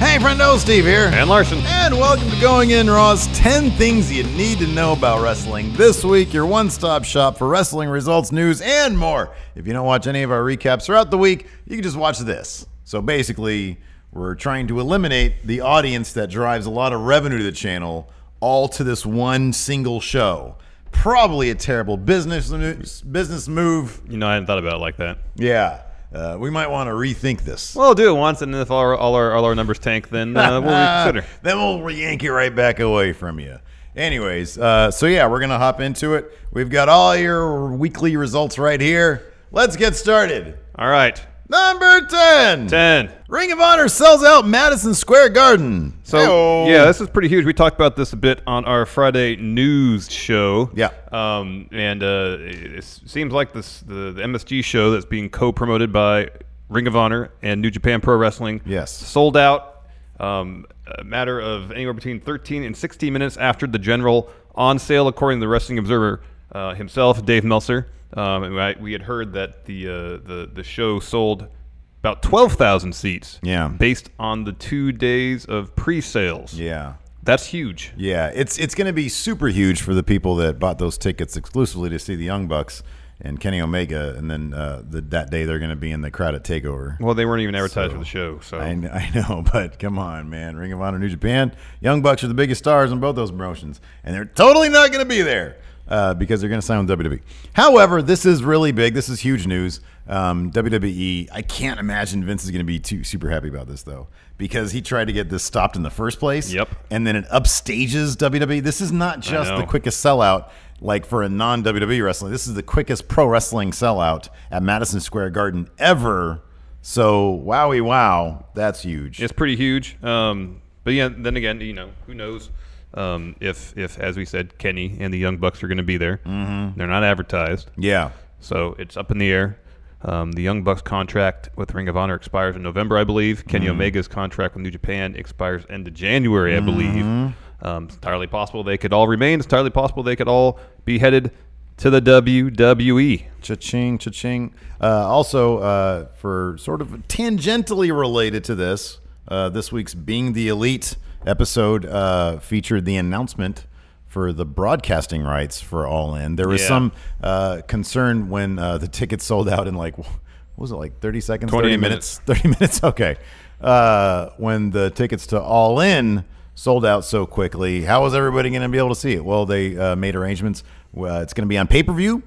Hey, friendo, Steve here. And Larson. And welcome to Going In Raw's 10 Things You Need to Know About Wrestling. This week, your one stop shop for wrestling results, news, and more. If you don't watch any of our recaps throughout the week, you can just watch this. So basically, we're trying to eliminate the audience that drives a lot of revenue to the channel all to this one single show. Probably a terrible business business move. You know, I hadn't thought about it like that. Yeah, uh, we might want to rethink this. Well, I'll do it once, and then if all our, all our, all our numbers tank, then uh, we'll reconsider. then we'll yank it right back away from you. Anyways, uh, so yeah, we're gonna hop into it. We've got all your weekly results right here. Let's get started. All right. Number ten. 10. Ring of Honor sells out Madison Square Garden. So, Hey-oh. yeah, this is pretty huge. We talked about this a bit on our Friday news show. Yeah. Um, and uh, it it seems like this the, the MSG show that's being co promoted by Ring of Honor and New Japan Pro Wrestling. Yes. Sold out um, a matter of anywhere between 13 and 16 minutes after the general on sale, according to the Wrestling Observer uh, himself, Dave Meltzer. Um, and I, we had heard that the, uh, the, the show sold about 12,000 seats Yeah. based on the two days of pre-sales. yeah, That's huge. yeah. It's it's gonna be super huge for the people that bought those tickets exclusively to see the Young Bucks and Kenny Omega, and then uh, the, that day they're gonna be in the crowd at Takeover. Well, they weren't even advertised for the show, so I, kn- I know, but come on, man. Ring of Honor, New Japan, Young Bucks are the biggest stars in both those promotions, and they're totally not going to be there uh, because they're going to sign with WWE. However, this is really big. This is huge news. Um, WWE, I can't imagine Vince is going to be too super happy about this though, because he tried to get this stopped in the first place. Yep. and then it upstages WWE. This is not just the know. quickest sellout. Like for a non WWE wrestling, this is the quickest pro wrestling sellout at Madison Square Garden ever. So wowie wow, that's huge. it's pretty huge. Um, but yeah, then again, you know, who knows um, if if as we said, Kenny and the Young Bucks are going to be there. Mm-hmm. They're not advertised, yeah, so it's up in the air. Um, the Young Bucks contract with Ring of Honor expires in November, I believe. Kenny Mm-hmm. Omega's contract with New Japan expires end of January, I believe. Mm-hmm. Um, it's entirely possible they could all remain. It's entirely possible they could all be headed to the E. WWE. cha-ching, cha-ching. Uh, also, uh, for sort of tangentially related to this, uh, this week's Being the Elite episode uh, featured the announcement for the broadcasting rights for All In. There was Yeah. some uh, concern when uh, the tickets sold out in like, what was it, like 30 seconds? 28 30 minutes. 30 minutes, okay. Uh, when the tickets to All In sold out so quickly, how was everybody going to be able to see it? Well, they uh, made arrangements. Uh, it's going to be on pay per view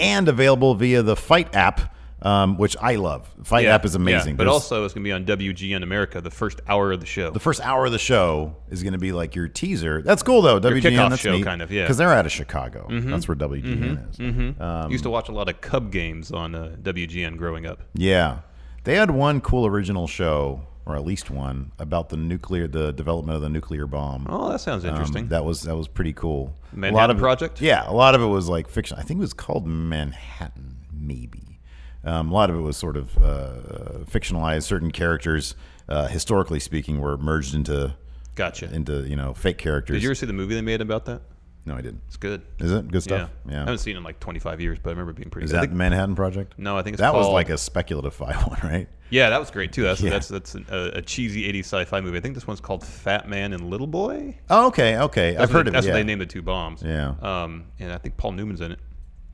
and available via the Fight app, um, which I love. Fight app is amazing. but There's- also, it's going to be on WGN America the first hour of the show. the first hour of the show is going to be like your teaser. That's cool though. WGN, kickoff that's show, kind of, yeah. Mm-hmm. Because they're out of Chicago. That's where WGN is. Used Um, to watch a lot of Cub games on uh, WGN growing up. Yeah, they had one cool original show, or at least one, about the nuclear, the development of the nuclear bomb. Oh, that sounds Um, interesting. that was that was pretty cool. Manhattan a lot of it- Project? yeah, a lot of it was like fiction. I think it was called Manhattan, maybe. Um, a lot of it was sort of uh, uh, fictionalized. Certain characters, uh, historically speaking, were merged into gotcha. into you know fake characters. Did you ever see the movie they made about that? No, I didn't. It's good. Is it good stuff? Yeah. I haven't seen it in like 25 years, but I remember it being pretty Is good. I that think- Manhattan Project? no, I think it's That was called- like a speculative five one, right? Yeah, that was great too. That's Yeah. that's that's an, a, a cheesy 80s sci-fi movie. I think this one's called Fat Man and Little Boy. Oh, okay, okay. That's I've what heard they, of That's it. what Yeah. they named the two bombs. Yeah. Um, and I think Paul Newman's in it.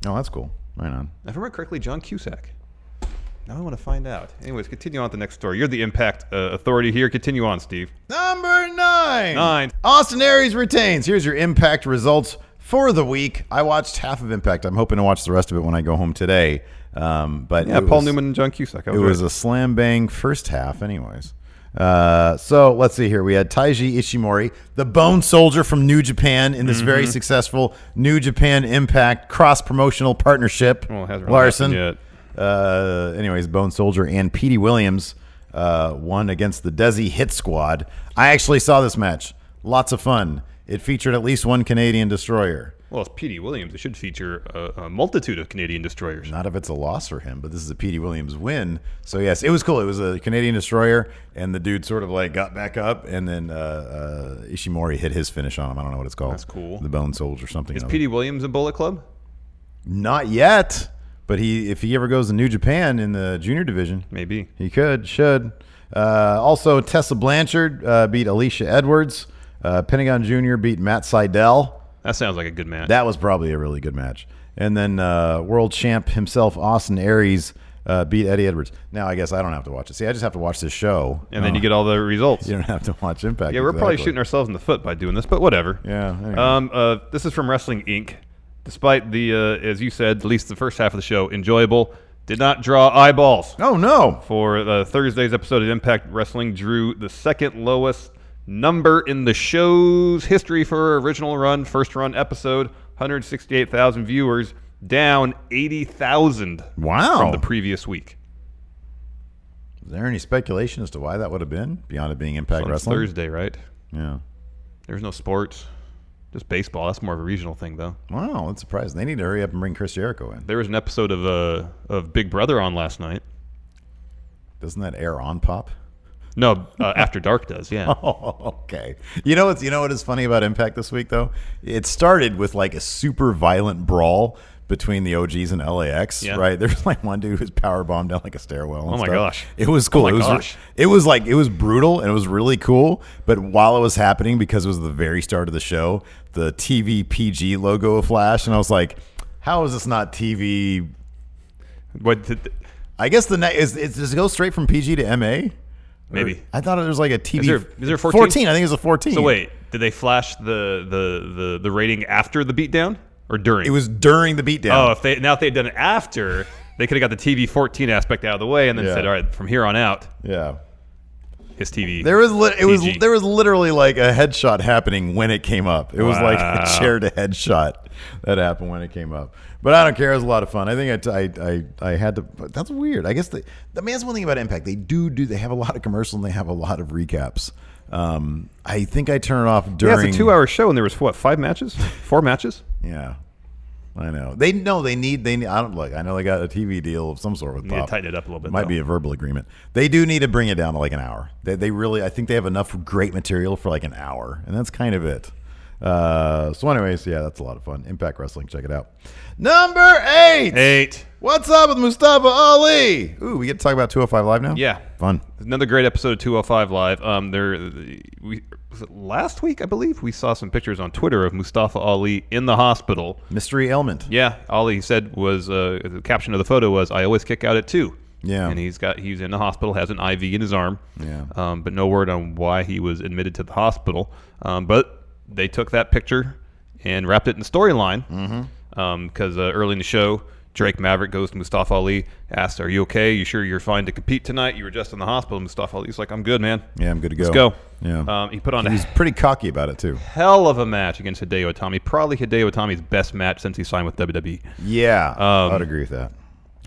oh, that's cool. Right on. If I remember correctly, John Cusack. Now I want to find out. Anyways, continue on with the next story. You're the impact uh, authority here. Continue on, Steve. Number nine. Nine. Austin Aries retains. Here's your impact results for the week. I watched half of Impact. I'm hoping to watch the rest of it when I go home today. Um, but Yeah, it Paul was- Newman and John Cusack. It was a slam bang first half, anyways. Uh, so let's see here. We had Taiji Ishimori, the Bone Soldier from New Japan, in this very Mm-hmm. successful New Japan Impact cross promotional partnership. Well, it hasn't really Larson, happened Uh, anyways, Bone Soldier and Petey Williams uh, won against the Desi Hit Squad. I actually saw this match. Lots of fun. It featured at least one Canadian destroyer. well, it's P.D. Williams. It should feature a, a multitude of Canadian destroyers. not if it's a loss for him, but this is a Petey Williams win. So yes, it was cool. It was a Canadian destroyer, and the dude sort of like got back up, and then uh, uh, Ishimori hit his finish on him. I don't know what it's called. That's cool. The Bone Soldier or something. Is or other. P.D. Williams in Bullet Club? Not yet, but he if he ever goes to New Japan in the junior division, Maybe. he could, should. Uh, also, Tessa Blanchard uh, beat Alicia Edwards. Uh, Pentagon Junior beat Matt Seidel. That sounds like a good match. That was probably a really good match. And then uh, world champ himself, Austin Aries, uh, beat Eddie Edwards. Now, I guess I don't have to watch it. See, I just have to watch this show. and then you get all the results. You don't have to watch Impact. Yeah, we're probably exactly. shooting ourselves in the foot by doing this, but whatever. Yeah, anyway. Um, uh, this is from Wrestling Inc. Despite the, uh, as you said, at least the first half of the show, enjoyable, did not draw eyeballs. Oh, no. For uh, Thursday's episode of Impact Wrestling, drew the second lowest number in the show's history for original run, first run episode, 168,000 viewers, down 80,000 Wow. from the previous week. Is there any speculation as to why that would have been beyond it being Impact On Wrestling? Thursday, right? Yeah. There's no sports, just baseball. That's more of a regional thing, though. Wow, that's surprising. They need to hurry up and bring Chris Jericho in. There was an episode of uh, of Big Brother on last night. Doesn't that air on pop? No, uh, After Dark does. Yeah, Oh, okay. You know what's you know what is funny about Impact this week though? It started with like a super violent brawl between the OGs and LAX, Yeah. right? There was like one dude who was power bombed down like a stairwell. and Oh my stuff. gosh. It was cool. my it was gosh. it was like it was brutal and it was really cool. But while it was happening, because it was the very start of the show, the TV PG logo flashed, and I was like, "How is this not TV?" but th- th- I guess the night is it just goes straight from PG to MA. maybe. I thought it was like a TV. there- is there 14? 14? I think it was a 14. So wait, did they flash the the the, the rating after the beatdown or during? It was during the beatdown. Oh, if they now if they had done it after, they could have got the TV fourteen aspect out of the way and then Yeah. said, all right, from here on out, yeah. his TV. There was lit it was PG. there was literally like a headshot happening when it came up. It was like a Wow. chair to headshot that happened when it came up. But I don't care. It was a lot of fun. I think I I, I, I had to. But that's weird. I guess they. I mean, that's one thing about Impact. They do do. They have a lot of commercials and they have a lot of recaps. Um, I think I turn it off yeah, during. it's a two-hour show, and there was what five matches, four matches. Yeah. I know they know they need they need, I don't look I know they got a TV deal of some sort with to Pop. tighten it up a little bit, Might though. be a verbal agreement. They do need to bring it down to like an hour. They they really I think they have enough great material for like an hour, and that's kind of it. Uh, so, anyways, yeah, that's a lot of fun. Impact Wrestling, check it out. Number eight. Eight. What's up with Mustafa Ali? Ooh, we get to talk about 205 Live now. Yeah. fun. Another great episode of 205 Live. Um, there, we was it last week I believe we saw some pictures on Twitter of Mustafa Ali in the hospital. Mystery ailment. Yeah, all he said was uh, the caption of the photo was "I always kick out at two. Yeah. and he's got he's in the hospital, has an IV in his arm. Yeah. um, but no word on why he was admitted to the hospital. Um, but they took that picture and wrapped it in the storyline. Mm-hmm. because uh, early in the show. Drake Maverick goes to Mustafa Ali, asks, "Are you okay? You sure you're fine to compete tonight? You were just in the hospital." Mustafa Ali's like, "I'm good, man. Yeah, I'm good to go. Let's go." Yeah. Um, he put on He's a pretty cocky about it too. hell of a match against Hideo Itami. Probably Hideo Itami's best match since he signed with E. WWE. Yeah, um, I'd agree with that.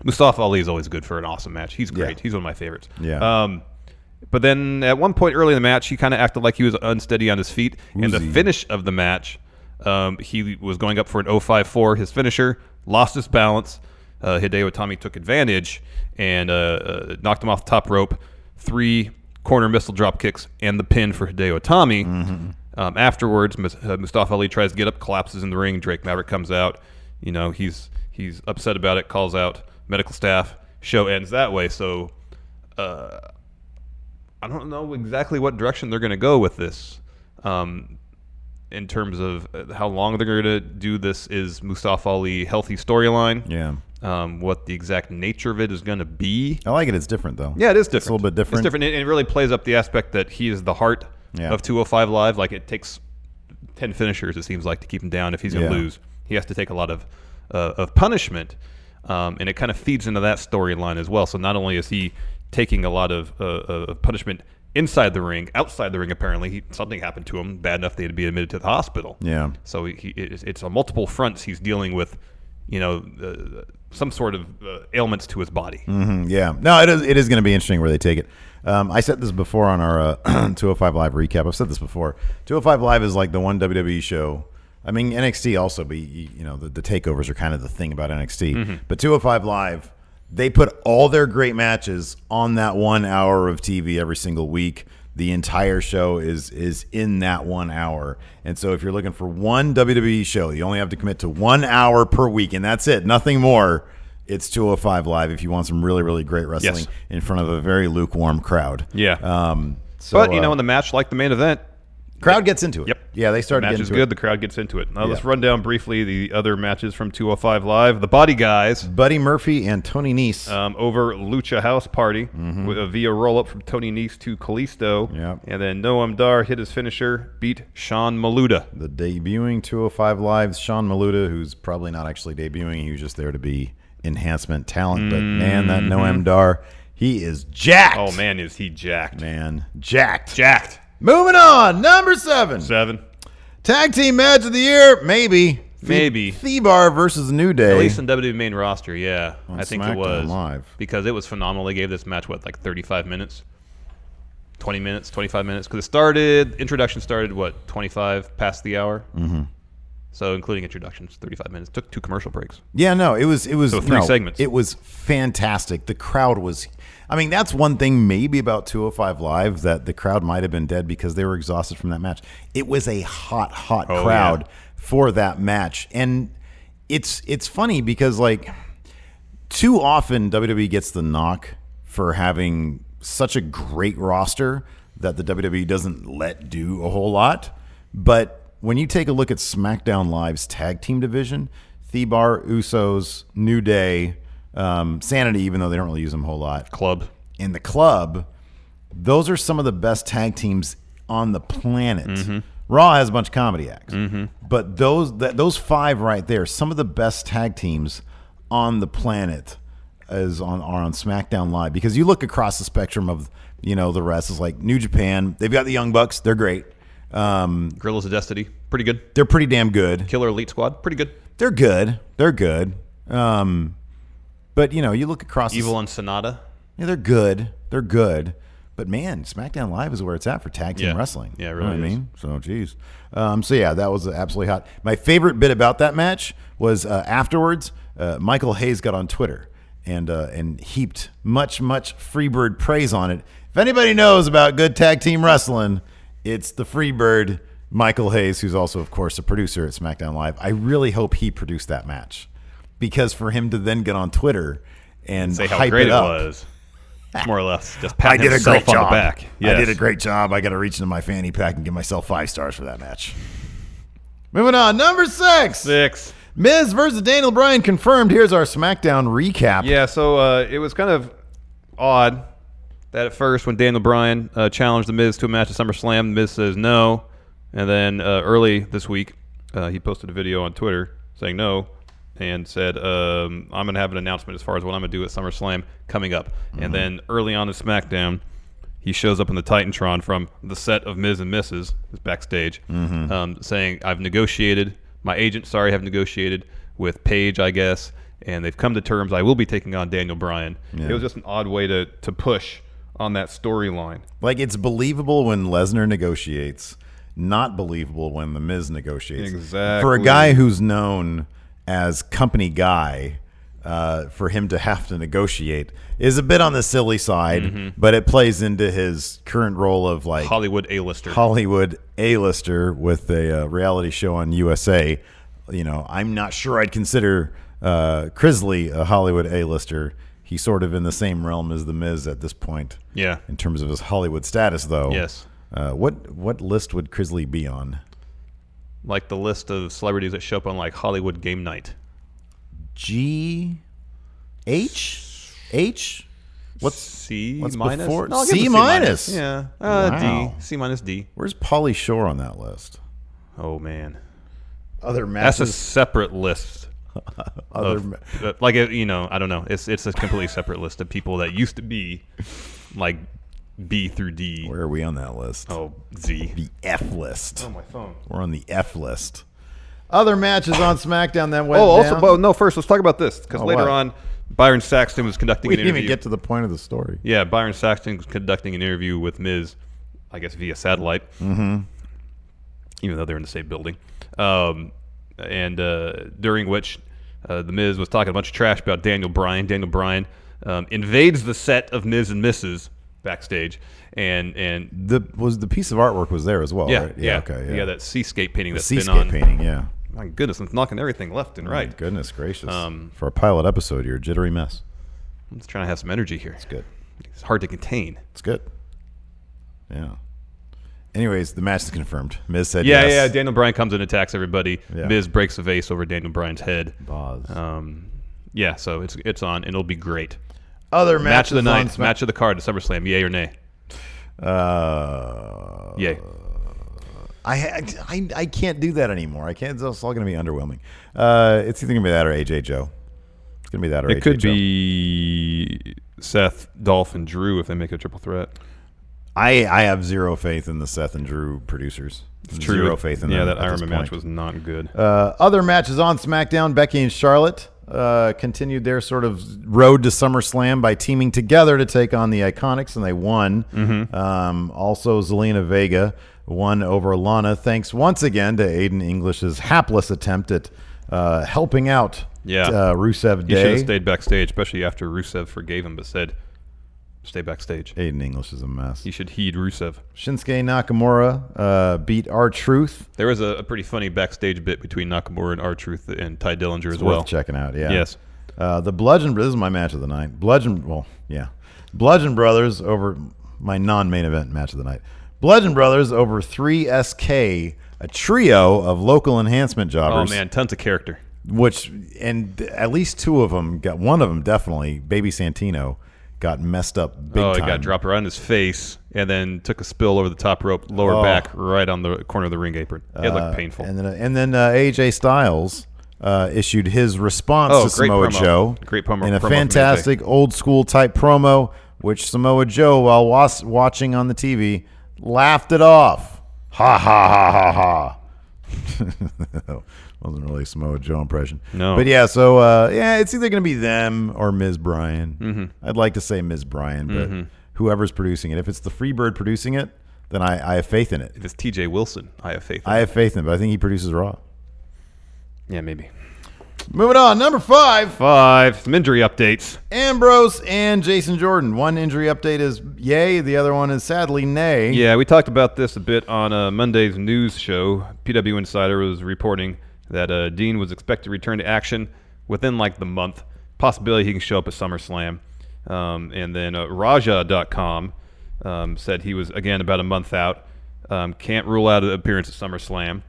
Mustafa Ali is always good for an awesome match. He's great. Yeah. He's one of my favorites. Yeah. Um, but then at one point early in the match, he kind of acted like he was unsteady on his feet. And the Woozy. finish of the match, um, he was going up for an 054. His finisher lost his balance. Uh, Hideo Itami took advantage and uh, uh, knocked him off the top rope. Three corner missile drop kicks and the pin for Hideo Itami. Um, afterwards, Mus- uh, Mustafa Ali tries to get up, collapses in the ring. Drake Maverick comes out. You know, he's he's upset about it. Calls out medical staff. Show ends that way. So I don't know exactly what direction they're going to go with this. Um, in terms of uh, how long they're going to do this, is Mustafa Ali healthy storyline? Yeah. Um, what the exact nature of it is going to be? I like it. It's different though. Yeah, it is different. It's a little bit different. It's different. and It, really plays up the aspect that he is the heart Yeah. of 205 Live. Like it takes 10 finishers, it seems like, to keep him down if he's going to Yeah. lose. He has to take a lot of uh, of punishment, um, and it kind of feeds into that storyline as well. So not only is he taking a lot of uh, uh, punishment inside the ring, outside the ring, apparently he, something happened to him bad enough they had to be admitted to the hospital. Yeah. So he, he, it's, it's on multiple fronts he's dealing with, you know, uh, some sort of uh, ailments to his body. Mhm, yeah. No, it is. It is going to be interesting where they take it. Um, I said this before on our uh, 205 Live recap. I've said this before. 205 Live is like the one WWE show. I mean NXT also, but you, you know the, the takeovers are kind of the thing about NXT. But 205 Live, they put all their great matches on that one hour of TV every single week. The entire show is is in that one hour, and so if you're looking for one WWE show, you only have to commit to one hour per week, and that's it. Nothing more. It's 205 Live if you want some really, really great wrestling Yes. in front of a very lukewarm crowd. Yeah. Um, so, but you uh, know, in the match, like the main event, crowd gets into it. Yep. Yeah, they the started match getting is into good. The crowd gets into it. Now let's Yeah. run down briefly the other matches from 205 Live. The Body Guys it. Buddy Murphy and Tony Nese. um, over Lucha House Party with a via roll up from Tony Nese to Kalisto. Mm-hmm. Yep. And then Noam Dar hit his finisher, beat Sean Maluda. the debuting 205 Live's Sean Maluda, who's probably not actually debuting. He was just there to be enhancement talent. But man, that Noam Dar, he is jacked. Mm-hmm. Oh, man, is he jacked. Man, jacked. Jacked. Moving on, number seven. Seven. Tag team match of the year, maybe. Maybe. Thebar versus New Day. At least in WWE main roster, yeah. I think SmackDown it was. Live. Because it was phenomenal. They gave this match, what, like 35 minutes? 20 minutes, 25 minutes? Because it started, introduction started, what, 25 past the hour? Mm-hmm. So including introductions, 35 minutes. Took two commercial breaks. Yeah, no, it was it was So three no, segments. It was fantastic. The crowd was I mean, that's one thing maybe about 205 Live that the crowd might have been dead because they were exhausted from that match. It was a hot, hot Oh, yeah. crowd for that match. And it's it's funny because like too often WWE gets the knock for having such a great roster that the WWE doesn't let do a whole lot. But when you take a look at SmackDown Live's tag team division, Thebar, Usos, New Day, um, Sanity, even though they don't really use them a whole lot, Club. in the club, those are some of the best tag teams on the planet. Raw has a bunch of comedy acts, but those that, those five right there, some of the best tag teams on the planet is on are on SmackDown Live because you look across the spectrum of you know the rest is like New Japan. They've got the Young Bucks, they're great. Um, Gorillas of Destiny. Pretty good. they're pretty damn good. Killer Elite Squad. Pretty good. They're good. They're good. Um, but you know, you look across the Evil on Sonata. yeah, they're good. They're good. But man, SmackDown Live is where it's at for tag team Yeah. wrestling. Yeah, it You know really what is. I mean, so geez. Um, so yeah, that was absolutely hot. My favorite bit about that match was uh, afterwards. Uh, Michael Hayes got on Twitter and uh, and heaped much much Freebird praise on it. If anybody knows about good tag team wrestling, it's the Freebird Michael Hayes, who's also of course a producer at SmackDown Live. I really hope he produced that match because for him to then get on Twitter and Say how hype great it it, up, was. More or less. Just I pat did a himself great on job. the back. I Yes. did a great job. I got to reach into my fanny pack and give myself five stars for that match. Moving on, number six. Six. Miz versus Daniel Bryan confirmed. Here's our SmackDown recap. Yeah, so uh, it was kind of odd that at first when Daniel Bryan uh, challenged The Miz to a match at SummerSlam, The Miz says no. And then uh, early this week, uh, he posted a video on Twitter saying no and said, um, I'm going to have an announcement as far as what I'm going to do at SummerSlam coming up. And then early on in SmackDown, he shows up in the Titantron from the set of Miz and Mrs. is backstage, Mm-hmm. um, saying, "I've negotiated. My agent, sorry, have negotiated with Paige, I guess, and they've come to terms. I will be taking on Daniel Bryan. It was just an odd way to to push on that storyline. Like it's believable when Lesnar negotiates, not believable when the Miz negotiates. Exactly. For a guy who's known as company guy, uh, for him to have to negotiate is a bit on the silly side, Mm-hmm. but it plays into his current role of like Hollywood A-lister. Hollywood A-lister with a uh, reality show on USA. You know, I'm not sure I'd consider uh, Crisley a Hollywood A-lister. He's sort of in the same realm as The Miz at this point. Yeah. In terms of his Hollywood status, though. Yes. Uh, what what list would Crisley be on? like the list of celebrities that show up on like Hollywood Game Night. G H H. What's C What's minus? before- I'll give C him minus. Yeah. Uh, Wow. D. C minus D. where's Polly Shore on that list? Oh man, Other that's a matches. separate list. other of- ma- uh, like uh, you know, I don't know. It's it's a completely separate list of people that used to be like B through D. where are we on that list? Oh Z. The F list. my phone. We're on the F list. Other matches on SmackDown that went. Oh, also, down. well, no. First, let's talk about this because Oh, later what? on, Byron Saxton was conducting we an didn't interview. even get to the point of the story. Yeah, Byron Saxton was conducting an interview with Miz, I guess via satellite, mm-hmm. even though they're in the same building. Um, and uh, during which uh, the Miz was talking a bunch of trash about Daniel Bryan. Daniel Bryan um, invades the set of Miz and Mrs. backstage, and and The was the piece of artwork was there as well. yeah, Oh, right? yeah, Okay. Yeah. yeah, that seascape painting the that's been seascape on. painting. Yeah. My goodness, it's knocking everything left and right. Goodness gracious. Um, For a pilot episode, you're a jittery mess. I'm just trying to have some energy here. It's Mm-hmm. good. It's hard to contain. It's good. Yeah. Anyways, the match is confirmed. Miz said Yeah, yeah. yes. Daniel Bryan comes and attacks everybody. Yeah. Miz breaks a vase over Daniel Bryan's head. Boz. Um, yeah, so it's it's on and it'll be great. Other Match of the matches on night, Smack- match of the card at SummerSlam, yay or nay? Uh, Yay. I, ha- I I can't do that anymore. I can't. It's all going to be underwhelming. Uh, it's either going to be that or AJ Joe. It's going to be that or AJ It could Joe. be Seth, Dolph, and Drew if they make a triple threat. I I have zero faith in the Seth and Drew producers. Zero faith in yeah, them that at Iron this Man point. match was not good. Uh, other matches on SmackDown, Becky and Charlotte uh, continued their sort of road to SummerSlam by teaming together to take on the Iconics, and they won. Mm-hmm. Um, also, Zelina Vega won over Lana, thanks once again to Aiden English's hapless attempt at uh, helping out Yeah. uh, Rusev he should have Day. stayed backstage, especially after Rusev forgave him, but said, "Stay backstage." Aiden English is a mess. He should heed Rusev. Shinsuke Nakamura uh, beat R Truth. There was a, a pretty funny backstage bit between Nakamura and R Truth and Ty Dillinger as well. Worth checking out. Yeah. Yes. Uh, the Bludgeon. This is my match of the night. Bludgeon. Well, yeah. Bludgeon Brothers over my non-main event match of the night. Bludgeon Brothers over three SK, a trio of local enhancement Oh jobbers. man, tons of character. Which and at least two of them got one of them definitely. Baby Santino got messed up big oh, time. it got dropped right on his face, and then took a spill over the top rope, lower Oh. Uh, back, right on the corner of the ring apron. It looked painful. And then and then uh, AJ Styles uh, issued his response Oh, to great Samoa promo. Joe. Great promo- In a promo from AJ. fantastic old school type promo, which Samoa Joe, while was- watching on the TV, laughed it off. Ha ha ha ha ha. Wasn't really a Samoa Joe impression. No. But yeah, so uh, yeah, it's either going to be them or Ms. Bryan. Mm-hmm. I'd like to say Ms. Bryan, but Mm-hmm. whoever's producing it, if it's the Freebird producing it, then I, I have faith in it. if it's T.J. Wilson, I have faith. In I have faith in him, but I think he produces Raw. yeah, maybe Moving on, number five, five. Some injury updates. Ambrose and Jason Jordan. One injury update is yay, the other one is sadly nay. Yeah, we talked about this a bit on uh, Monday's news show. PW Insider was reporting that uh, Dean was expected to return to action within like the month. Possibility he can show up at SummerSlam. Um, and then uh, Raja.com um, said he was, again, about a month out. Um, can't rule out an appearance at SummerSlam.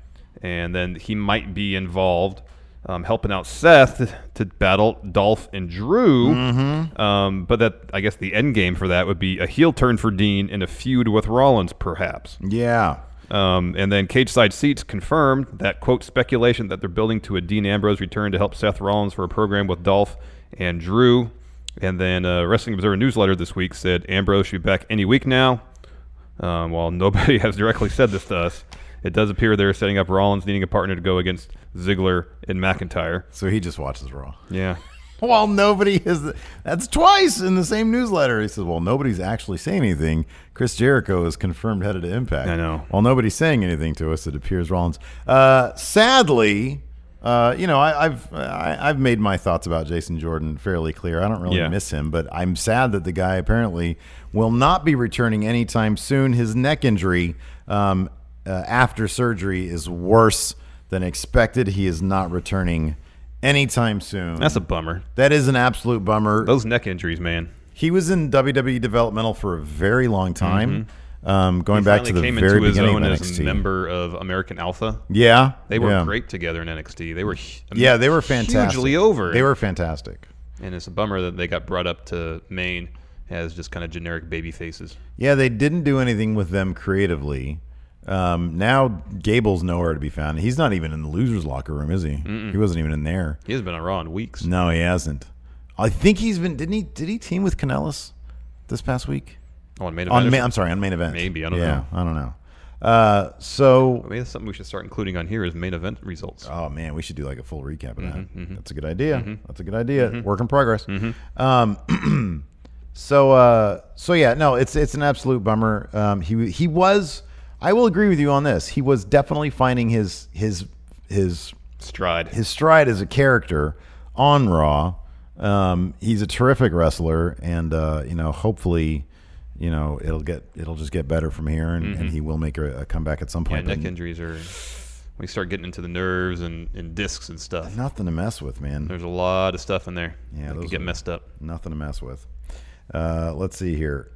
And then he might be involved um, helping out Seth to battle Dolph and Drew. Um, but that I guess the end game for that would be a heel turn for Dean and a feud with Rollins, perhaps. Yeah. Um, and then Cage Side Seats confirmed that quote speculation that they're building to a Dean Ambrose return to help Seth Rollins for a program with Dolph and Drew. And then uh, Wrestling Observer newsletter this week said Ambrose should be back any week now. Um, while nobody has directly said this to us, it does appear they're setting up Rollins needing a partner to go against Ziggler and McIntyre. So he just watches Raw. Yeah. While nobody is, that's twice in the same newsletter. He says, well, nobody's actually saying anything. Chris Jericho is confirmed headed to Impact. I know. While nobody's saying anything to us, it appears Rollins. Uh, sadly, uh, Uh, you know, I, I've I, I've made my thoughts about Jason Jordan fairly clear. I don't really Yeah. miss him, but I'm sad that the guy apparently will not be returning anytime soon. His neck injury um, uh, after surgery is worse than expected. He is not returning anytime soon. That's a bummer. that is an absolute bummer. Those neck injuries, man. He was in WWE developmental for a very long time, um, going back to Mm-hmm. Finally the came very into his beginning own of as NXT. a member of American Alpha. Yeah, They were yeah. great together in NXT. They were hu- Yeah, they were fantastic. Hugely over. They were fantastic. and it's a bummer that they got brought up to Maine as just kind of generic baby faces. Yeah, they didn't do anything with them creatively. Um, now Gable's nowhere to be found. He's not even in the losers' locker room, is he? He wasn't even in there. He has been on Raw in weeks. No, he hasn't. I think he's been. Didn't he? Did he team with Canellis this past week? On main On event. ma- I'm sorry, on main event. Maybe, I don't yeah, I don't know. Uh, so Maybe that's something we should start including on here is main event results. Oh man, we should do like a full recap of that. That's a good idea. That's a good idea. Work in progress. Um, so uh, so yeah, no, it's it's an absolute bummer. Um, he he was. I will agree with you on this. He was definitely finding his his his Stride. his stride as a character on Raw. Um, he's a terrific wrestler, and uh, you know, hopefully, you know, it'll get it'll just get better from here, and, and he will make a, a comeback at some yeah, point. but neck injuries are. We start getting into the nerves and, and discs and stuff. nothing to mess with, man. There's a lot of stuff in there. Yeah, that could those get are- messed up. Nothing to mess with. Uh, let's see here.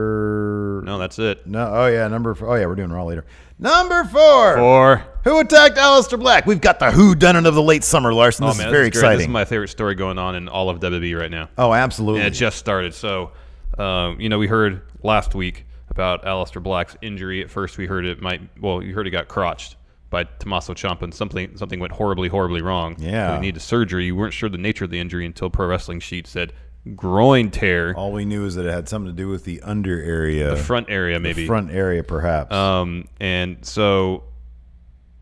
Other No, that's it. no. Oh yeah, number. Four. Oh yeah, we're doing Raw later. Number four. Or Who attacked Aleister Black? We've got the Who Done It of the late summer, Larson. This oh man, is very this is great. This is exciting. my favorite story going on in all of WWE right now. oh, absolutely. And it just started. So, um, you know, we heard last week about Aleister Black's injury. At first, we heard it might. Well, you heard he got crotched by Tommaso Ciampa, and something something went horribly, horribly wrong. Yeah. so he needed surgery. You weren't sure the nature of the injury until Pro Wrestling Sheet said groin tear, All we knew is that it had something to do with the under area, front area maybe. front area, perhaps. Um, and so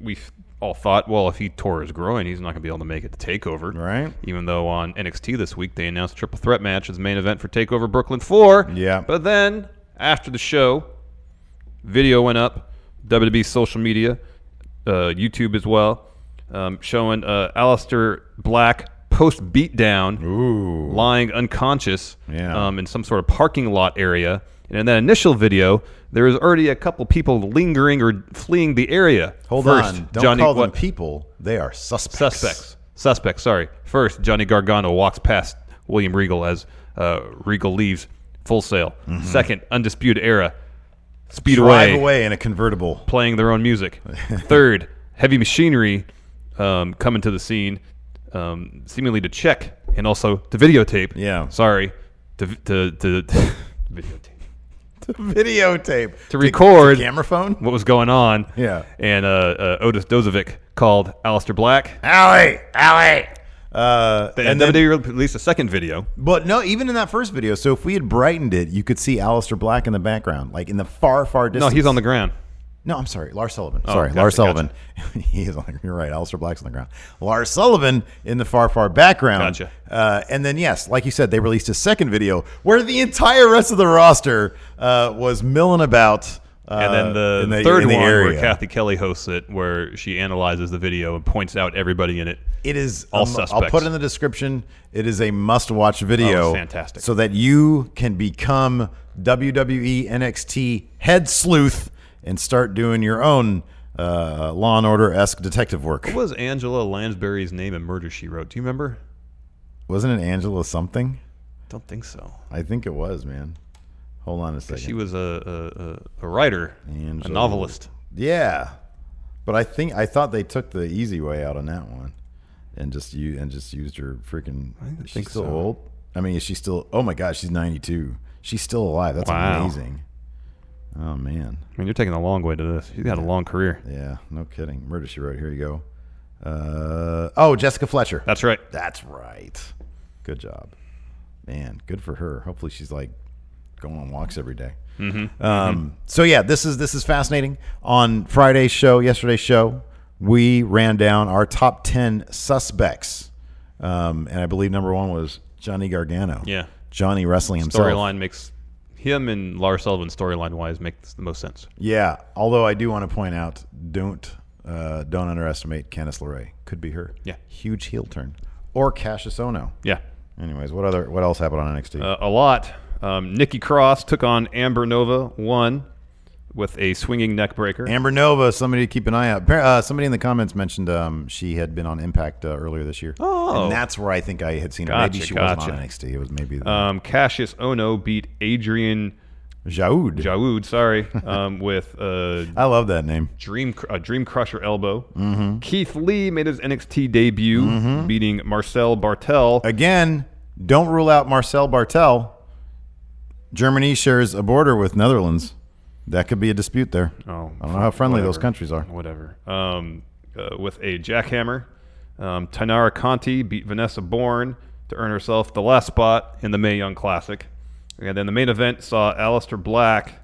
we f- all thought, well, if he tore his groin, he's not going to be able to make it to Takeover, Right. Even though on NXT this week they announced Triple Threat match as main event for Takeover Brooklyn Four. Yeah. But then after the show, video went up, WWE social media, uh, YouTube as well, um, showing uh, Alistair Black post beatdown, lying unconscious Yeah. um, in some sort of parking lot area. And in that initial video, there was already a couple people lingering or fleeing the area. Hold First, on. Don't Johnny, call what- them people. They are suspects. suspects. Suspects. Sorry. First, Johnny Gargano walks past William Regal as uh, Regal leaves full sail. Second, Undisputed Era. Speed Mm-hmm. Drive away in a convertible. playing their own music. Third, heavy machinery um, coming to the scene, um, seemingly to check and also to videotape. Yeah. Sorry, to to, to, videotape Videotape. to record Camera phone. what was going on. Yeah. And uh, uh, Otis Dozovic called Alistair Black. Allie. Allie. Uh, And, then they released a second video. But no, even in that first video, so if we had brightened it, you could see Aleister Black in the background, like in the far, far No, distance. he's on the ground. No, I'm sorry, Lars Sullivan. sorry, gotcha, Lars Sullivan. he is on. You're right. Aleister Black's on the ground. Lars Sullivan in the far, far background. Gotcha. Uh, and then yes, like you said, they released a second video where the entire rest of the roster uh, was milling about. Uh, And then the, in third in the one, area. where Kathy Kelly hosts it, where she analyzes the video and points out everybody in it. It is. All um, I'll suspects. put it in the description. It is a must-watch video. Oh, fantastic. So that you can become E WWE NXT head sleuth and start doing your own uh, Law and Order esque detective work. What was Angela Lansbury's name in Murder She Wrote? Do you remember? Wasn't it Angela something? Don't think so. I think it was. Man, hold on a second. She was a a, a, a writer, Angela- a novelist. yeah, but I think I thought they took the easy way out on that one, and just you and just used her freaking. I she's think still so. old. I mean, is she still? Oh my God, she's ninety-two. She's still alive. That's Wow. amazing. Oh man. I mean, you're taking a long way to this. She's got a long career. Yeah, no kidding. Murder She Wrote. Here you go. Uh, oh, Jessica Fletcher. That's right. That's right. Good job, man. Good for her. Hopefully, she's like going on walks every day. Mm-hmm. Um, So yeah, this is this is fascinating. On Friday's show, yesterday's show, we ran down our top ten suspects, um, and I believe number one was Johnny Gargano. Yeah. Johnny wrestling himself. Storyline makes him and Lars Sullivan storyline wise makes the most sense. Yeah. Although I do want to point out, don't Uh, don't underestimate Candice LeRae. Could be her. Yeah. Huge heel turn. Or Cassius Ono. Yeah. Anyways, what other what else happened on NXT? Uh, a lot. Um, Nikki Cross took on Amber Nova, won with a swinging neck breaker. Amber Nova, somebody to keep an eye out. Appar- Uh, somebody in the comments mentioned um, she had been on Impact uh, earlier this year. Oh. and that's where I think I had seen her. maybe Gotcha, she wasn't gotcha. on NXT. It was maybe the um, Cassius Ono beat Adrian Jaoud. Jaoud, sorry, um, with a I love that name. dream, cr- a dream crusher elbow. Mm-hmm. Keith Lee made his NXT debut, beating Marcel Bartel. Again, don't rule out Marcel Bartel. Germany shares a border with Netherlands. That could be a dispute there. Oh, I don't know how friendly those whatever. countries are. Whatever. Um, uh, with a jackhammer, um, Tanara Conti beat Vanessa Bourne to earn herself the last spot in the May Young Classic. And then the main event saw Aleister Black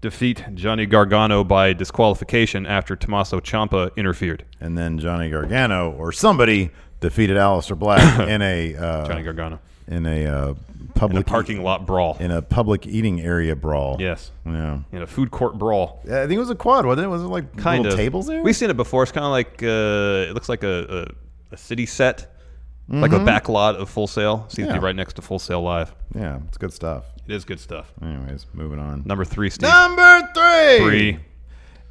defeat Johnny Gargano by disqualification after Tommaso Ciampa interfered. And then Johnny Gargano or somebody defeated Aleister Black in a Johnny uh, Gargano in a uh, in a public e, parking lot brawl. in a public eating area brawl. yes. Yeah. In a food court brawl. I think it was a quad, wasn't it? Was it like Kind little of. tables there? We've seen it before. It's kind of like uh, it looks like a, a, a city set, like a back lot of Full Sail. Seems to Yeah. be right next to Full Sail Live. yeah, it's good stuff. It is good stuff. Anyways, moving on. Number three, Steve. Number three. Three.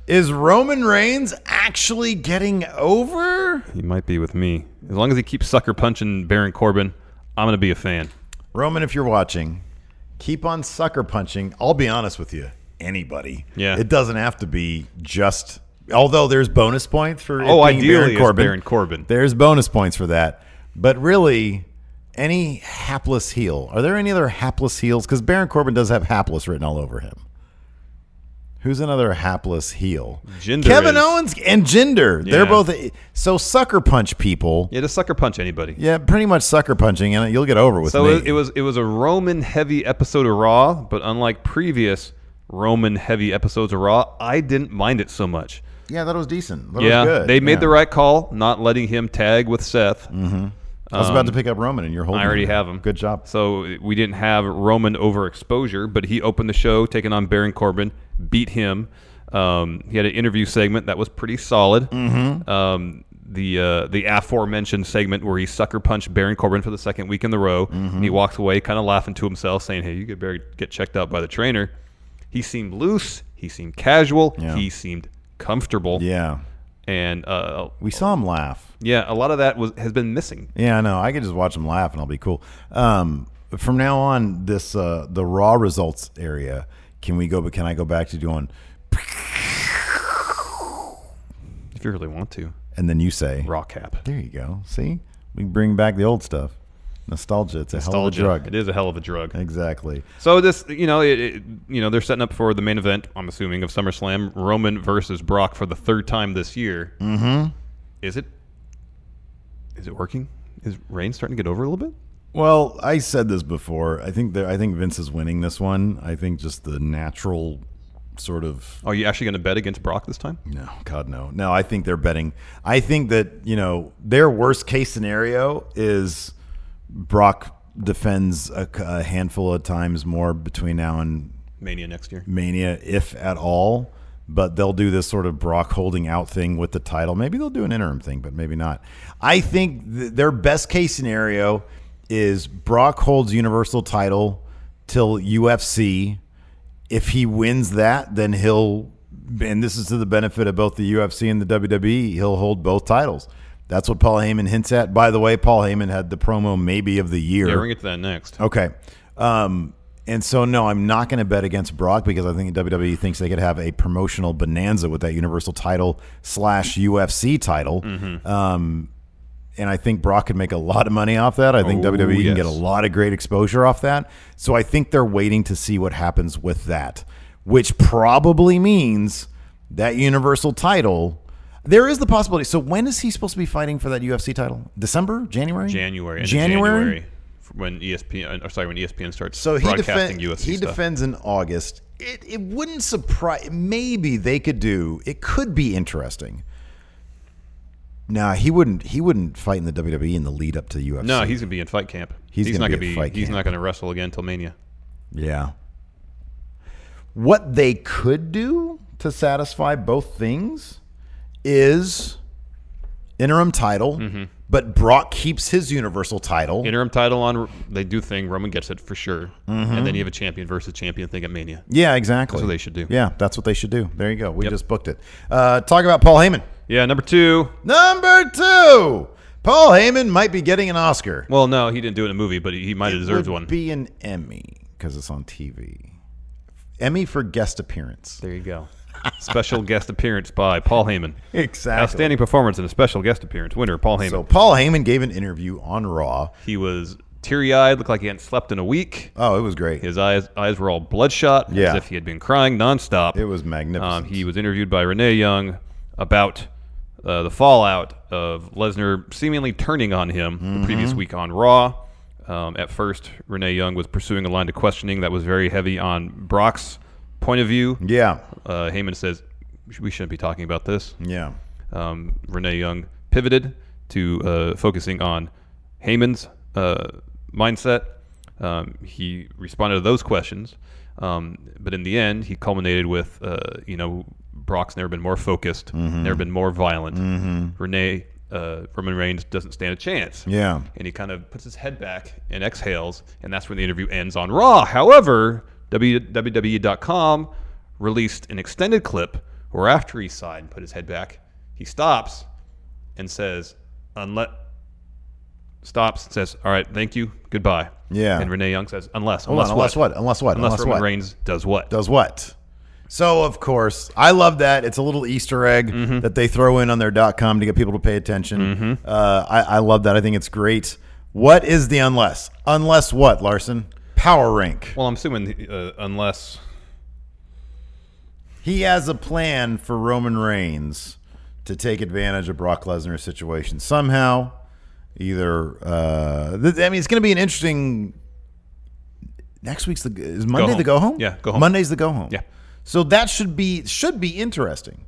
Is Roman Reigns actually getting over? He might be with me. As long as he keeps sucker punching Baron Corbin, I'm going to be a fan. Roman, if you're watching, keep on sucker punching. I'll be honest with you. Anybody. Yeah. It doesn't have to be just. Although there's bonus points for it Oh, being ideally Baron it's Corbin. Baron Corbin. There's bonus points for that. But really, any hapless heel. Are there any other hapless heels? Because Baron Corbin does have hapless written all over him. Who's another hapless heel? Jinder Kevin is. Owens and Gender. They're Yeah. both so sucker punch people. Yeah, just sucker punch anybody. Yeah, pretty much sucker punching, and you'll get over with so me. it, it was it was a Roman heavy episode of Raw, but unlike previous Roman heavy episodes of Raw, I didn't mind it so much. Yeah, that was decent. That yeah, was good. they made Yeah. the right call, not letting him tag with Seth. I was about to pick up Roman, and you're holding. um, I already him. have him. Good job. So we didn't have Roman overexposure, but he opened the show, taking on Baron Corbin, beat him. Um, he had an interview segment that was pretty solid. Mm-hmm. Um, the uh, the aforementioned segment where he sucker punched Baron Corbin for the second week in the row, and Mm-hmm. he walks away kind of laughing to himself, saying, "Hey, you get better get checked out by the trainer." He seemed loose. He seemed casual. Yeah. He seemed comfortable. Yeah, And uh, we saw him laugh. yeah, a lot of that was has been missing. Yeah, I know. I could just watch him laugh, and I'll be cool. Um, from now on, this uh, the raw results area. Can we go? But can I go back to doing? If you really want to, And then you say, raw cap. "There you go. See, we can bring back the old stuff. Nostalgia. It's a hell of a Nostalgia. drug. It is a hell of a drug. Exactly. So this, you know, it, it, you know, they're setting up for the main event. I'm assuming of SummerSlam, Roman versus Brock for the third time this year. Mm-hmm. Is it? Is it working? Is Reigns starting to get over a little bit? Well, I said this before. I think there. I think Vince is winning this one. I think just the natural sort of Are you actually going to bet against Brock this time? No, God, no. No, I think they're betting. I think that, you know, their worst case scenario is Brock defends a, c- a handful of times more between now and Mania next year. Mania, if at all. But they'll do this sort of Brock holding out thing with the title. Maybe they'll do an interim thing, but maybe not. I think th- their best case scenario is Brock holds Universal title till UFC. If he wins that, then he'll, and this is to the benefit of both the UFC and the WWE, he'll hold both titles. That's what Paul Heyman hints at. By the way, Paul Heyman had the promo maybe of the year. Yeah, we're going to get to that next. Okay. Um, and so, no, I'm not going to bet against Brock because I think WWE thinks they could have a promotional bonanza with that Universal title slash UFC title. Mm-hmm. Um, and I think Brock could make a lot of money off that. I think Oh, WWE can yes. get a lot of great exposure off that. So I think they're waiting to see what happens with that, which probably means that Universal title. There is the possibility. So when is he supposed to be fighting for that UFC title? December, January, January. end of January when E ESPN, or uh, sorry, when ESPN starts so he broadcasting defend, USC he stuff. defends in August. It it wouldn't surprise. Maybe they could do. It could be interesting. Nah, he wouldn't. He wouldn't fight in the WWE in the lead up to UFC. no, he's going to be in fight camp. He's gonna not be going to at be. fight he's camp. not going to wrestle again till Mania. yeah. What they could do to satisfy both things is interim title, Mm-hmm. but Brock keeps his Universal title. Interim title on they do thing. Roman gets it for sure, and then you have a champion versus champion thing at Mania. yeah, exactly. what they should do. Yeah, that's what they should do. There you go. We just booked it. Uh, talk about Paul Heyman. Yeah, number two. Number two, Paul Heyman might be getting an Oscar. Well, no, he didn't do it in a movie, but he, he might have deserved Would one. Be an Emmy because it's on TV. Emmy for guest appearance. there you go. special guest appearance by Paul Heyman. Exactly. Outstanding performance and a special guest appearance. Winner Paul Heyman. So Paul Heyman gave an interview on Raw. he was teary-eyed, looked like he hadn't slept in a week. Oh, it was great. His eyes eyes were all bloodshot, Yeah. as if he had been crying nonstop. It was magnificent. Um, he was interviewed by Renee Young about uh, the fallout of Lesnar seemingly turning on him the previous week on Raw. Um, at first, Renee Young was pursuing a line of questioning that was very heavy on Brock's point of view. yeah, Uh, Heyman says, We shouldn't be talking about this. yeah, Um, Renee Young pivoted to uh, focusing on Heyman's uh, mindset. Um, he responded to those questions, um, but in the end, he culminated with, uh, you know, Brock's never been more focused, never been more violent. Renee uh, Roman Reigns doesn't stand a chance. yeah. And he kind of puts his head back and exhales, and that's when the interview ends on Raw. However, WWE.com released an extended clip where after he sighed and put his head back, he stops and says, "Unless." Stops says, "All right, thank you, goodbye." Yeah. And Renee Young says, "Unless, Hold unless, on, unless what? what? Unless what? Unless, Roman what? Reigns does what? does what? So of course, I love that. It's a little Easter egg Mm-hmm. that they throw in on their dot com to get people to pay attention. Uh, I, I love that. I think it's great. What is the unless? Unless what, Larson? Power rank. Well, I'm assuming uh, unless He has a plan for Roman Reigns to take advantage of Brock Lesnar's situation somehow. Either, uh, th- I mean, it's going to be an interesting. Next week's the is Monday home. the go home. Yeah, go home. Monday's the go home. Yeah. So that should be should be interesting.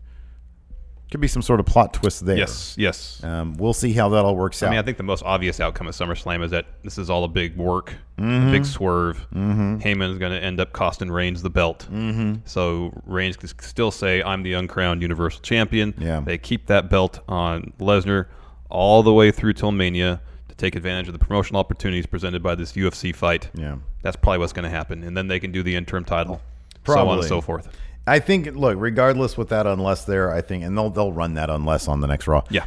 Could be some sort of plot twist there. yes, yes." Um, we'll see how that all works out. I mean, I think the most obvious outcome of SummerSlam is that this is all a big work, a big swerve. Mm-hmm. Heyman is going to end up costing Reigns the belt. Mm-hmm. So Reigns can s- still say, I'm the uncrowned Universal Champion. Yeah. They keep that belt on Lesnar all the way through till Mania to take advantage of the promotional opportunities presented by this UFC fight. yeah. That's probably what's going to happen. And then they can do the interim title. So on Probably. and so forth. I think look, regardless with that unless there, I think and they'll they'll run that unless on the next Raw. Yeah.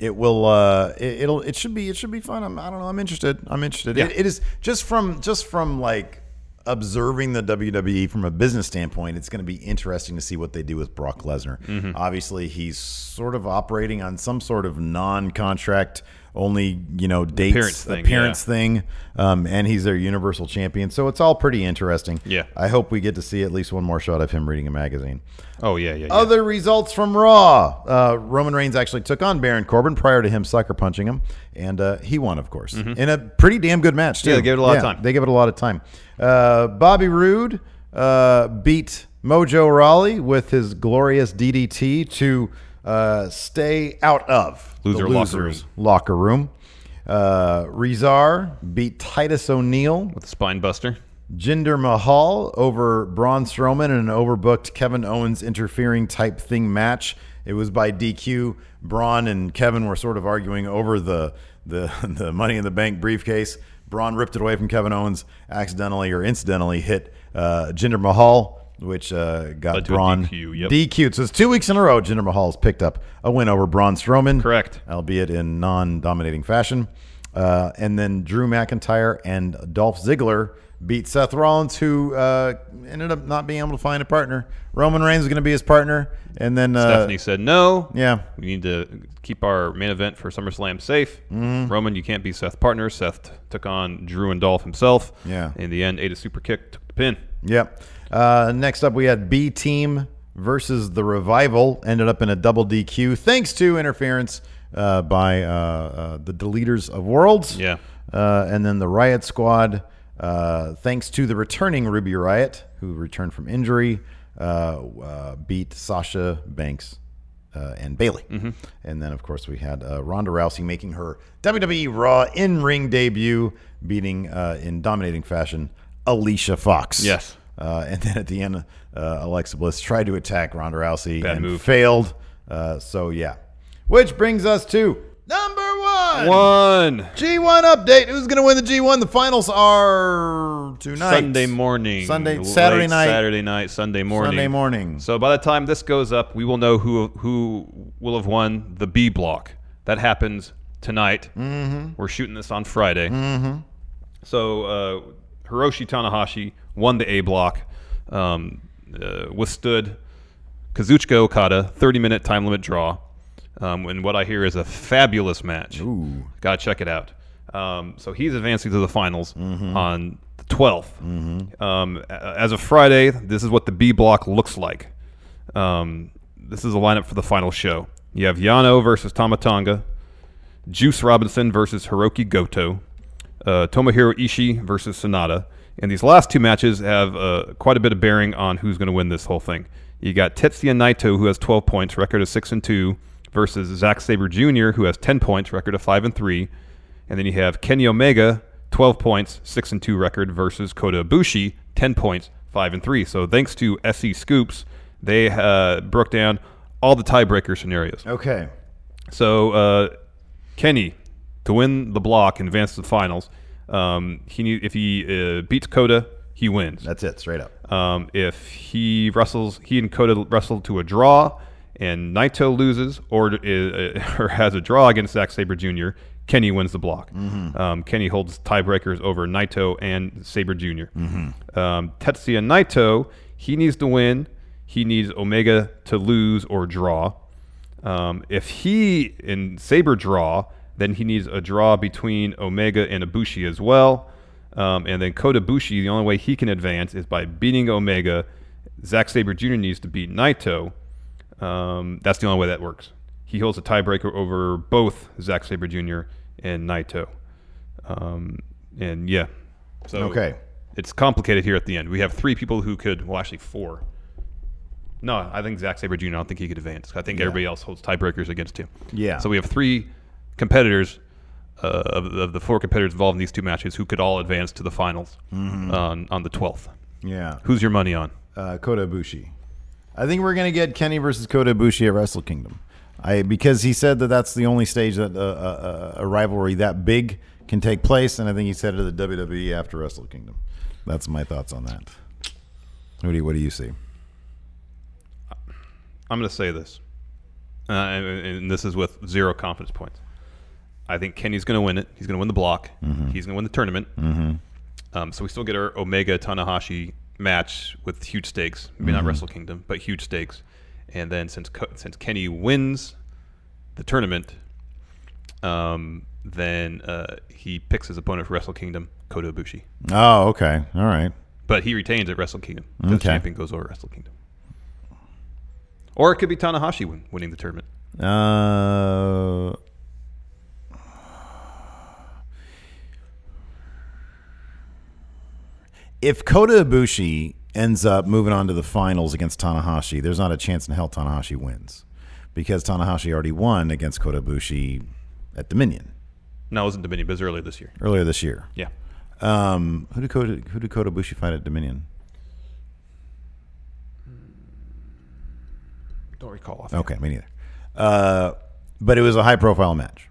it will uh it, it'll it should be it should be fun I'm, i don't know i'm interested i'm interested Yeah. it, it is just from just from like observing the wwe from a business standpoint it's going to be interesting to see what they do with brock lesnar Mm-hmm. obviously he's sort of operating on some sort of non-contract only you know dates Appearance thing, appearance thing um, and he's their universal champion so it's all pretty interesting Yeah. i hope we get to see at least one more shot of him reading a magazine oh, yeah, yeah, yeah. other results from Raw. Uh, Roman Reigns actually took on Baron Corbin prior to him sucker punching him, and uh, he won, of course, in a pretty damn good match. Too. Mm-hmm. Yeah, they gave it a lot of time. They gave it a lot of time. Uh, Bobby Roode uh, beat Mojo Rawley with his glorious DDT to uh, stay out of the Loser locker room. locker room. Uh, Rizar beat Titus O'Neil With the spine buster. Jinder Mahal over Braun Strowman in an overbooked Kevin Owens interfering type thing match. It was by DQ. Braun and Kevin were sort of arguing over the the, the Money in the Bank briefcase. Braun ripped it away from Kevin Owens, accidentally or incidentally hit uh, Jinder Mahal, which uh, got Led to a Braun DQ, yep. DQ'd. So it's two weeks in a row. Jinder Mahal has picked up a win over Braun Strowman Correct. albeit in non-dominating fashion. Uh, and then Drew McIntyre and Dolph Ziggler beat Seth Rollins, who uh, ended up not being able to find a partner. Roman Reigns was going to be his partner, and then uh, Stephanie said no. Yeah, We need to keep our main event for SummerSlam safe. Mm-hmm. Roman, you can't be Seth partner. Seth t- took on Drew and Dolph himself. Yeah. In the end, ate a super kick, took the pin. yep. Uh, next up, we had B Team versus the Revival. Ended up in a double DQ thanks to interference uh, by uh, uh, the Deleters of Worlds. Yeah. Uh, and then the Riot Squad, uh, thanks to the returning Ruby Riot, who returned from injury, uh, uh, beat Sasha Banks uh, and Bailey. And then, of course, we had uh, Ronda Rousey making her WWE Raw in ring debut, beating uh, in dominating fashion Alicia Fox. Yes. Uh, and then at the end, uh, Alexa Bliss tried to attack Ronda Rousey Bad and move. failed. Uh, so yeah, which brings us to number one. One G1 update. Who's going to win the G1? The finals are tonight. Sunday morning, Sunday, late Saturday night. Saturday night, Sunday morning, Sunday morning. So by the time this goes up, we will know who who will have won the B block. That happens tonight. Mm-hmm. We're shooting this on Friday. Mm-hmm. So uh, Hiroshi Tanahashi won the A block, um, uh, withstood Kazuchika Okada 30 minute time limit draw, um, and what I hear is a fabulous match. Ooh, gotta check it out. Um, so he's advancing to the finals on the 12th. Um, a- as of Friday, this is what the B block looks like. Um, this is a lineup for the final show. You have Yano versus Tamatanga, Juice Robinson versus Hiroki Goto, uh, Tomohiro Ishii versus Sonata. And these last two matches have uh, quite a bit of bearing on who's going to win this whole thing. You got Tetsuya Naito, who has 12 points, record of 6 and 2, versus Zack Sabre Jr., who has 10 points, record of 5 and 3. And then you have Kenny Omega, 12 points, 6 and 2 record, versus Kota Ibushi, 10 points, 5 and 3. So thanks to SE Scoops, they uh, broke down all the tiebreaker scenarios. okay. So uh, Kenny, to win the block and advance to the finals, um, he need, if he uh, beats Coda, he wins. That's it, straight up. Um, if he wrestles, he and Coda wrestle to a draw, and Naito loses or uh, or has a draw against Zack Saber Jr., Kenny wins the block. Um, Kenny holds tiebreakers over Naito and Saber junior Um, Tetsuya Naito, he needs to win. He needs Omega to lose or draw. Um, if he in Saber draw, then he needs a draw between Omega and Ibushi as well. Um, and then Kota Ibushi, the only way he can advance is by beating Omega. Zack Saber Jr. needs to beat Naito. Um, that's the only way that works. He holds a tiebreaker over both Zack Saber Jr. and Naito. Um, and yeah, so Okay. it's complicated here at the end. We have three people who could, well, actually four. No, I think Zack Sabre Jr. I don't think he could advance. I think everybody else holds tiebreakers against him. Yeah. So we have three competitors uh, of, of the four competitors involved in these two matches who could all advance to the finals on, on the 12th. Yeah. Who's your money on? uh, Kota Ibushi. I think we're gonna get Kenny versus Kota Ibushi at Wrestle Kingdom. I because he said that that's the only stage that uh, uh, uh, a rivalry that big can take place, and I think he said it to the WWE after Wrestle Kingdom. That's my thoughts on that. What do you, what do you see? I'm going to say this, uh, and, and this is with zero confidence points. I think Kenny's going to win it. He's going to win the block. He's going to win the tournament. Um, so we still get our Omega Tanahashi match with huge stakes. Maybe not Wrestle Kingdom, but huge stakes. And then since Co- since Kenny wins the tournament, um, then uh, he picks his opponent for Wrestle Kingdom, Kota Ibushi. Oh, okay, all right. But he retains at Wrestle Kingdom. The Okay. champion goes over Wrestle Kingdom. Or it could be Tanahashi win, winning the tournament. Uh, if Kota Ibushi ends up moving on to the finals against Tanahashi, there's not a chance in hell Tanahashi wins because Tanahashi already won against Kota Ibushi at Dominion No, it wasn't Dominion, but it was earlier this year. earlier this year. Yeah. Um, who did Kota, who did Kota Ibushi fight at Dominion? Don't recall. Off. Okay, me neither. Uh, but it was a high profile match.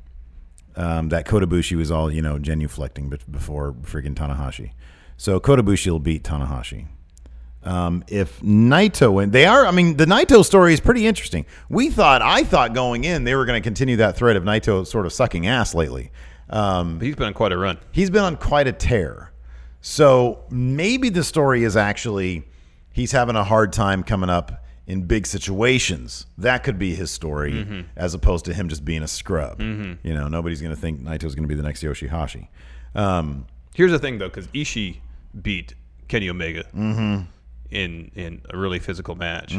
Um, that Kotobushi was all, you know, genuflecting bef- before freaking Tanahashi. So Kotobushi will beat Tanahashi. Um, if Naito win, they are. I mean, the Naito story is pretty interesting. We thought, I thought going in, they were going to continue that thread of Naito sort of sucking ass lately. Um, He's been on quite a run. he's been on quite a tear. So maybe the story is actually he's having a hard time coming up in big situations. That could be his story, Mm-hmm. as opposed to him just being a scrub. You know, nobody's going to think Naito's going to be the next Yoshihashi. Um, Here's the thing, though, because Ishii beat Kenny Omega Mm-hmm. in in a really physical match.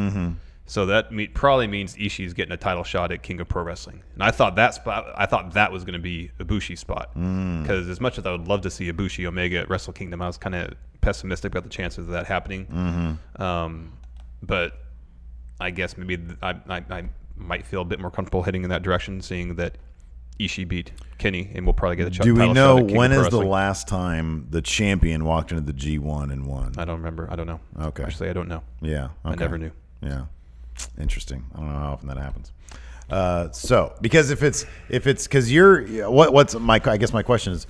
So that me- probably means Ishii's getting a title shot at King of Pro Wrestling. And I thought that spot, I thought that was going to be Ibushi's spot. Mm. Because as much as I would love to see Ibushi Omega at Wrestle Kingdom, I was kind of pessimistic about the chances of that happening. Mm-hmm. Um, but I guess maybe th- I, I, I might feel a bit more comfortable heading in that direction, seeing that Ishii beat Kenny, and we'll probably get a ch- Do we title know shot at King when of Pro is the Wrestling. last time the champion walked into the G1 and won? I don't remember. I don't know. Okay. Actually, I don't know. Yeah. I okay. never knew. Yeah. Interesting. I don't know how often that happens. Uh, so because if it's if it's because you're yeah, what what's my I guess my question is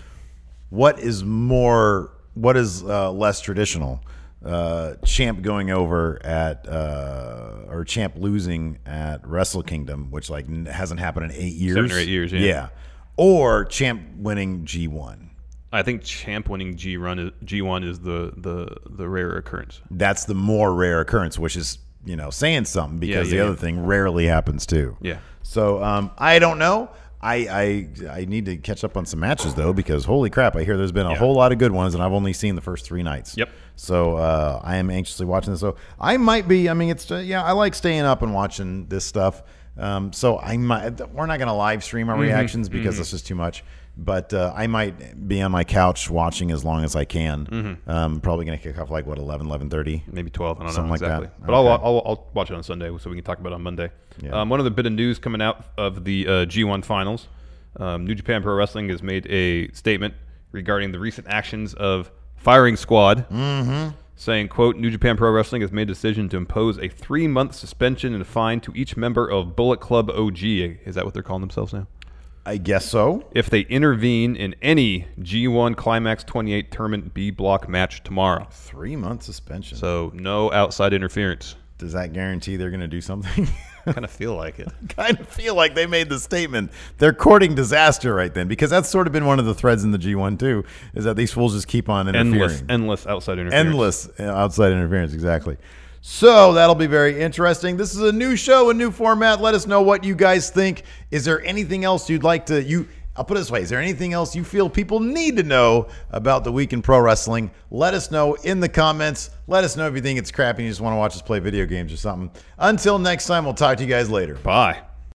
what is more what is uh, less traditional uh, champ going over at uh, or champ losing at Wrestle Kingdom which like n- hasn't happened in eight years Seven or eight years, yeah. yeah or champ winning G one I think champ winning G run is, G one is the the the rare occurrence. that's the more rare occurrence which is you know saying something because yeah, the yeah. other thing rarely happens too Yeah. So um, I don't know. I, I I need to catch up on some matches though because holy crap! I hear there's been a whole lot of good ones and I've only seen the first three nights. Yep. So uh, I am anxiously watching this. So I might be. I mean, it's uh, yeah. I like staying up and watching this stuff. Um, so I might. We're not going to live stream our reactions because this is too much. But uh, I might be on my couch watching as long as I can. Um, probably going to kick off like what 11, 11.30. maybe 12 i don't Something know like that. exactly but I'll, I'll, I'll watch it on sunday so we can talk about it on monday um, one other bit of news coming out of the uh, g1 finals um, new japan pro wrestling has made a statement regarding the recent actions of firing squad Mm-hmm. saying quote new japan pro wrestling has made a decision to impose a three month suspension and fine to each member of bullet club og is that what they're calling themselves now I guess so. if they intervene in any g1 climax 28 tournament b block match tomorrow Three month suspension. so no outside interference Does that guarantee they're going to do something? kind of feel like it. kind of feel like they made the statement. They're courting disaster right then, because that's sort of been one of the threads in the G1 too, is that these fools just keep on interfering. Endless, endless outside interference. Endless uh, outside interference, exactly. So that'll be very interesting. This is a new show, a new format. Let us know what you guys think. Is there anything else you'd like to you? I'll put it this way: Is there anything else you feel people need to know about the week in pro wrestling? Let us know in the comments. Let us know if you think it's crap and you just want to watch us play video games or something. Until next time, we'll talk to you guys later. Bye.